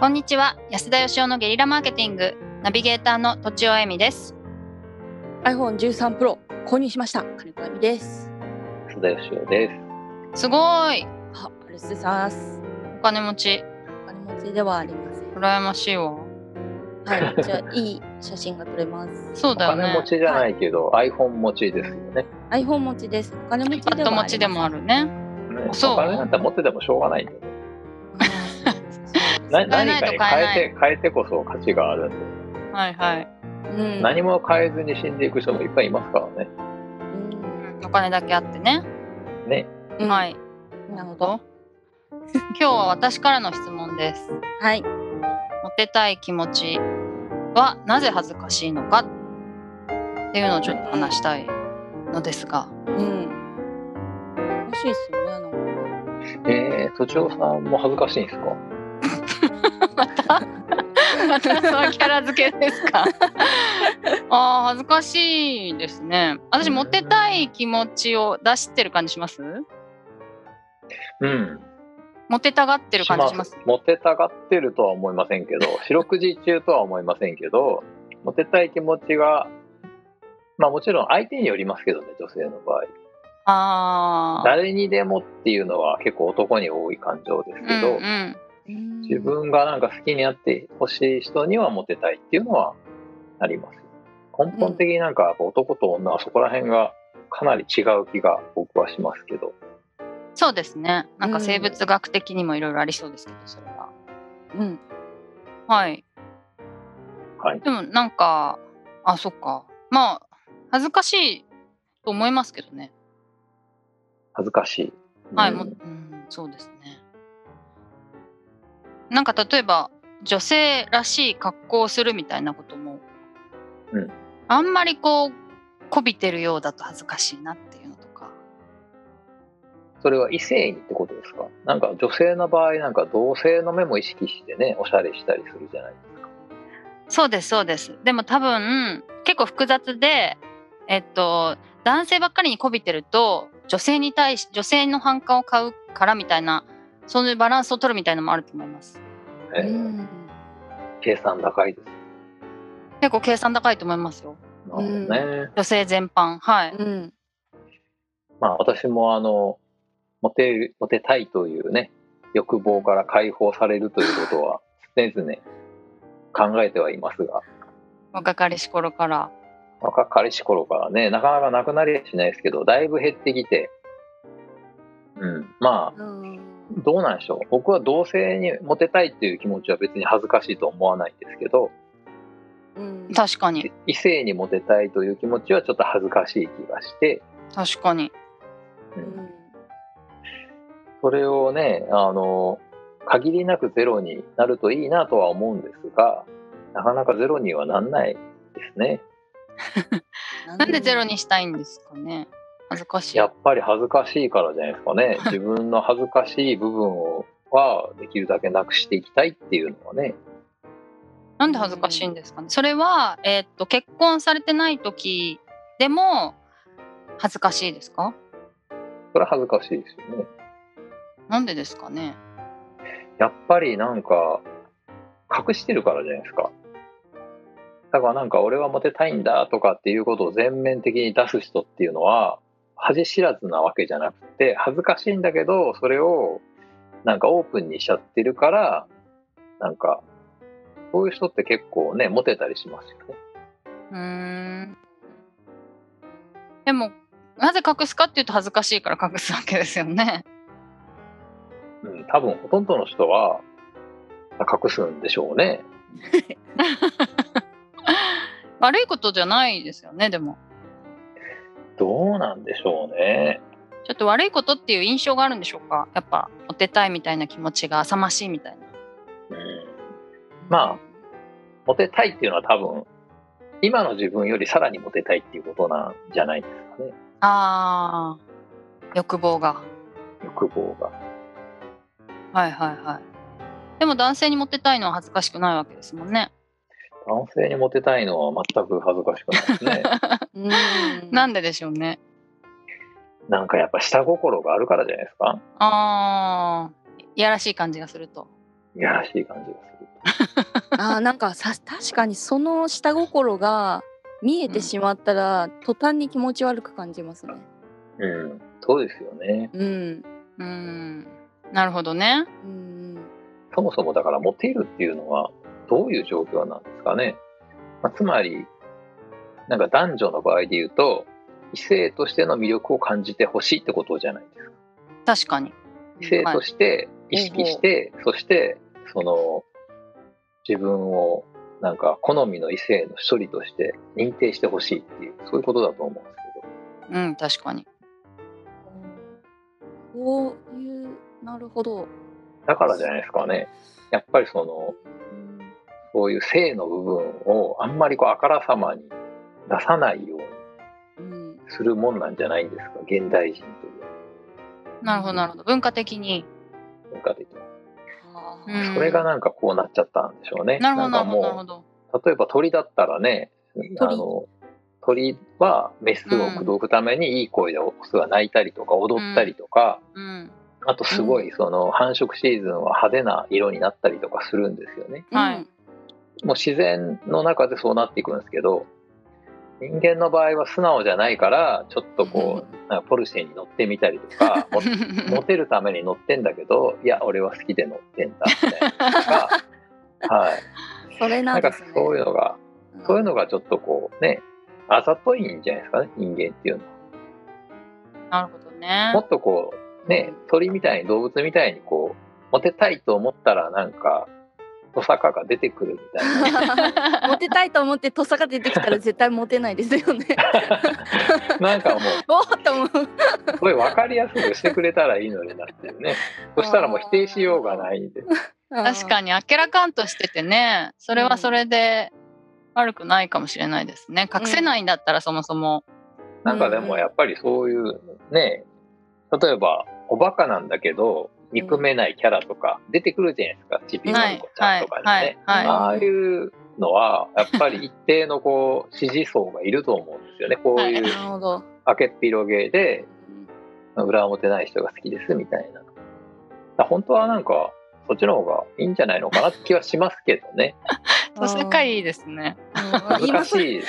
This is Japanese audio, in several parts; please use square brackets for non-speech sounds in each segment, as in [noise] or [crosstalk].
こんにちは安田義生のゲリラマーケティングナビゲーターの土地尾恵美です iPhone13 Pro 購入しました金子亜美です須田義雄です。すごいあ、アルスサースお金持ちお金持ちではありません羨ましいわ [laughs] はい、じゃあいい写真が撮れますそうおだよ金持ねちじゃないけど、iPhone 持ちですよね。 iPhone 持ちですお金持ちではありません iPad 持ちでもあるねねそうお金なんて持っててもしょうがないんだよね。あーそうですねな買えな何いかとに買変えないえて、変えてこそ価値があるんで、はいはい、うん何も変えずに死んでいく人もいっぱいいますからね。うんお金だけあってね、ね。うんはいいなるほど今日は私からの質問ですはいモテたい気持ちはなぜ恥ずかしいのかっていうのをちょっと話したいのですがうん欲しいですよねなんかえー、土地さんも恥ずかしいんですかまたそのキャラ付けです [laughs] かあー恥ずかしいですね私モテたい気持ちを出してる感じしますうん。モテたがってる感じしますモテたがってるとは思いま [laughs] せんけど、四六時中とは思いませんけど、モテたい気持ちが、まあもちろん相手によりますけどね、女性の場合。ああ誰にでもっていうのは結構男に多い感情ですけど、うんうん、自分がなんか好きになってほしい人にはモテたいっていうのはあります根本的になんかやっぱ男と女はそこら辺がかなり違う気が僕はしますけどそうですねなんか生物学的にもいろいろありそうですけどそれはうんはいはいでもなんかあそっかまあ恥ずかしいと思いますけどね恥ずかしい、はい、うんもうん、そうですね。なんか例えば女性らしい格好をするみたいなことも、うんあんまりこうこびてるようだと恥ずかしいなっていうのとかそれは異性にってことですかなんか女性の場合なんか同性の目も意識してねおしゃれしたりするじゃないですかそうですそうですでも多分結構複雑でえっと男性ばっかりにこびてると女性に対し女性の反感を買うからみたいなそういうバランスを取るみたいなのもあると思いますえーうん計算高いです結構計算高いと思いますよなるほどね、女性全般はい、うんまあ私もあのモテるモテたいというね欲望から解放されるということは常々考えてはいますが若かりし頃から若かりし頃からねなかなかなくなりはしないですけどだいぶ減ってきて、うん、まあうんどうなんでしょう僕は同性にモテたいっていう気持ちは別に恥ずかしいと思わないんですけどうん確かに異性にモテたいという気持ちはちょっと恥ずかしい気がして、確かにううんんそれをねあの限りなくゼロになるといいなとは思うんですがなかなかゼロにはなんないですねなんでゼロにしたいんですかね恥ずかしいやっぱり恥ずかしいからじゃないですかね自分の恥ずかしい部分をはできるだけなくしていきたいっていうのはねなんで恥ずかしいんですかねそれは、えーっと結婚されてない時でも恥ずかしいですかそれは恥ずかしいですよねなんでですかねやっぱりなんか隠してるからじゃないですかだからなんか俺はモテたいんだとかっていうことを全面的に出す人っていうのは恥知らずなわけじゃなくて恥ずかしいんだけどそれをなんかオープンにしちゃってるからなんかそういう人って結構ねモテたりしますよねうーんでもなぜ隠すかっていうと恥ずかしいから隠すわけですよね [laughs] うん、多分ほとんどの人は隠すんでしょうね。悪いことじゃないですよねでもどうなんでしょうね。ちょっと悪いことっていう印象があるんでしょうかやっぱモテたいみたいな気持ちが浅ましいみたいなうん、まあモテたいっていうのは多分今の自分よりさらにモテたいっていうことなんじゃないですかねあー欲望が欲望が。はいはいはい。でも男性にモテたいのは恥ずかしくないわけですもんね。男性にモテたいのは全く恥ずかしくないですね。 [laughs] うんなんででしょうね。なんかやっぱ下心があるからじゃないですか。ああ、いやらしい感じがすると。いやらしい感じがする。あーなんかさ [laughs] 確かにその下心が見えてしまったら、途端に気持ち悪く感じますね。うん、そうですよね。うん。うんなるほどねうん。そもそもだからモテるっていうのはどういう状況なんですかね。まあ、つまり、なんか男女の場合で言うと、異性としての魅力を感じてほしいってことじゃないですか。確かに異性として意識して、そして、その、自分をなんか好みの異性の一人として認定してほしいっていう、そういうことだと思うんですけど。うん確かにこういうなるほど。だからじゃないですかね。やっぱりその、うんそういう性の部分をあんまりこうあからさまに出さないようにうん。するもんなんじゃないんですか現代人というなるほどなるほど文化的に文化的に、あうーんそれがなんかこうなっちゃったんでしょうねなるほどななるんほどなかるほもどう例えば鳥だったらねあの鳥はメスを口説くためにいい声でオスが鳴いたりとか踊ったりとか、うんあとすごいその繁殖シーズンは派手な色になったりとかするんですよねはいうんもう自然の中でそうなっていくんですけど人間の場合は素直じゃないからちょっとこうなんかポルシェに乗ってみたりとか [laughs] もっとモテるために乗ってんだけど、いや、俺は好きで乗ってんだみたいなのとか。はい。それななんんでかすね。そういうのが、そういうのがちょっとこうね、あざといんじゃないですかね、人間っていうのは。なるほどね [laughs] もっとこう、ね、鳥みたいに動物みたいにこう、モテたいと思ったらなんか、トサカが出てくるみ [laughs] たい [laughs] な。モテたいと思って土佐が出てきたら絶対モテないですよね。 [laughs] なんかもう、おーっと思う。すごい分かりやすくしてくれたらいいのになっていうね。そしたらもう否定しようがないんで。確かに。にあっけらかんとしててねそれはそれで悪くないかもしれないですね隠せないんだったらそもそも、なんかでもやっぱりそういうね、例えばおバカなんだけど、憎めないキャラとか出てくるじゃないですか、ちびまはるい子ちゃはんいとかにね。はいはい、ああいうのは、やっぱり一定のこう、支 [laughs] 持層がいると思うんですよね。こういうなるほど。明けっぴろげで、裏表ない人が好きですみたいな。だから本当はなんか、そっちの方がいいんじゃないのかなって気はしますけど [laughs] ね。おせかいいですねうん今難しそれい。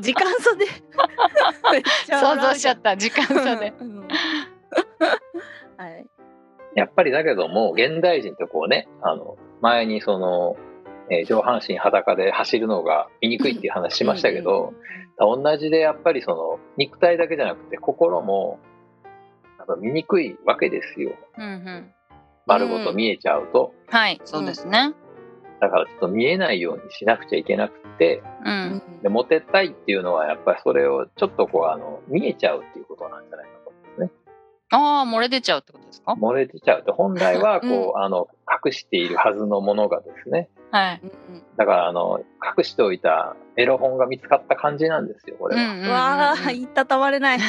時間差で [laughs] めっちゃ想笑う像しちゃった時間差 [laughs] でうんはい。やっぱりだけども、現代人ってこうね、あの、前にその、えー上半身裸で走るのが見にくいっていう話しましたけど、同じでやっぱりその、肉体だけじゃなくて心も、やっぱ見にくいわけですよ。うんうん丸ごと見えちゃうと。はいそうですねだからちょっと見えないようにしなくちゃいけなくて、ううんん、で、モテたいっていうのはやっぱりそれをちょっとこう、あの、見えちゃうっていうことなんじゃないかと思うんですね。ああ漏れ出ちゃうってことですか漏れてちゃうと、本来はこう、あの、隠しているはずのものがですね、はい、うんだからあの隠しておいたエロ本が見つかった感じなんですよこうれんうは。んううんん、わあ、いたたまれない。いい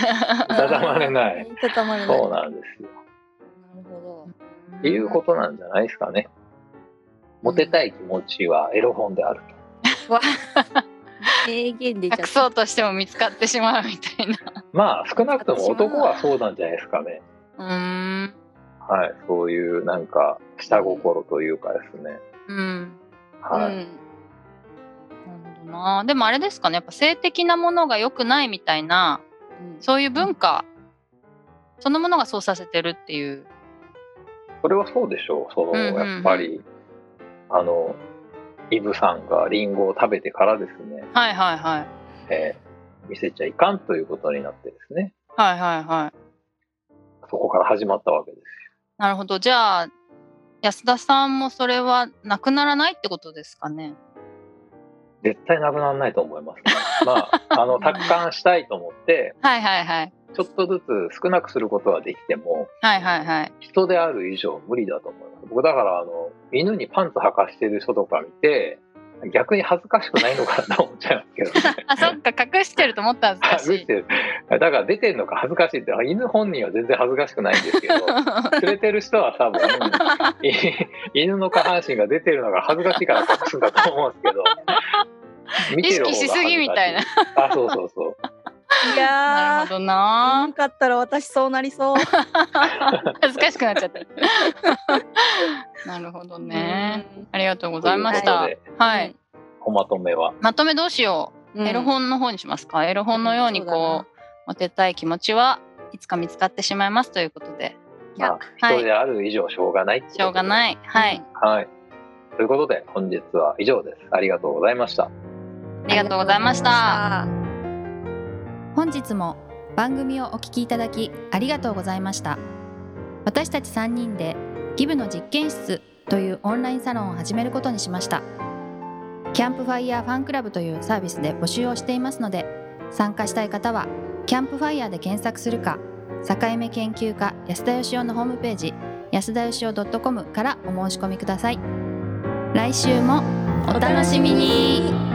たたまれない。たたまれない。 [laughs] そうななんですよ。るほっていうことなんじゃないですかね。モテたい気持ちはエロ本であるど。わあ、名言出ちゃ隠った。そうとしても見つかってしまうみたいな [laughs] と。まあ少なくとも男はそうなんじゃないですかね。うーんはい、そういうなんか下心というかですね。うんうはい。んなるほどなでもあれですかねやっぱ性的なものが良くないみたいなうんそういう文化そのものがそうさせてるっていう。それはそうでしょう。その、うんうんやっぱりあのイブさんがリンゴを食べてからですね、はいはいはい。えー見せちゃいかんということになってですね。はいはいはい。そこから始まったわけです。なるほど。じゃあ、安田さんもそれはなくならないってことですかね。絶対なくならないと思います、ね。まあ、あの、達観したいと思って、はいはいはい。ちょっとずつ少なくすることはできても、はいはいはい。。人である以上無理だと思います。僕だから、あの、犬にパンツ履かしてる人とか見て、逆に恥ずかしくないのかなと思っちゃいますけどねあ、そっか、隠してると思ったら恥ず隠かししい。てる。だから出てるのか恥ずかしいって、犬本人は全然恥ずかしくないんですけど、連れてる人は多分、い犬の下半身が出てるのが恥ずかしいから隠すんだと思うんですけど、見てる方が恥ずかし意識しすぎみたいな。あ、そうそうそう。いやなーるほどななん [laughs] かったら私そうなりそう。恥ずかしくなっちゃった。 [laughs] なるほどね。ありがとうございましとたいう。ことではい。おまとめは。まとめどうしようう。ん。エロ本の方にしますか。エロ本のようにうんそうだこなう、モテたい気持ちはいつか見つかってしまいますということで。いやまあ、人である以上しょうがないってことしょうがない。はい。はい。ということで、本日は以上です。ありがとうございました。ありがとうございました。本日も番組をお聞きいただきありがとうございました私たち3人でギブの実験室というオンラインサロンを始めることにしましたキャンプファイヤーファンクラブというサービスで募集をしていますので参加したい方はキャンプファイヤーで検索するか境目研究家安田義雄のホームページ安田義雄 .com からお申し込みください来週もお楽しみに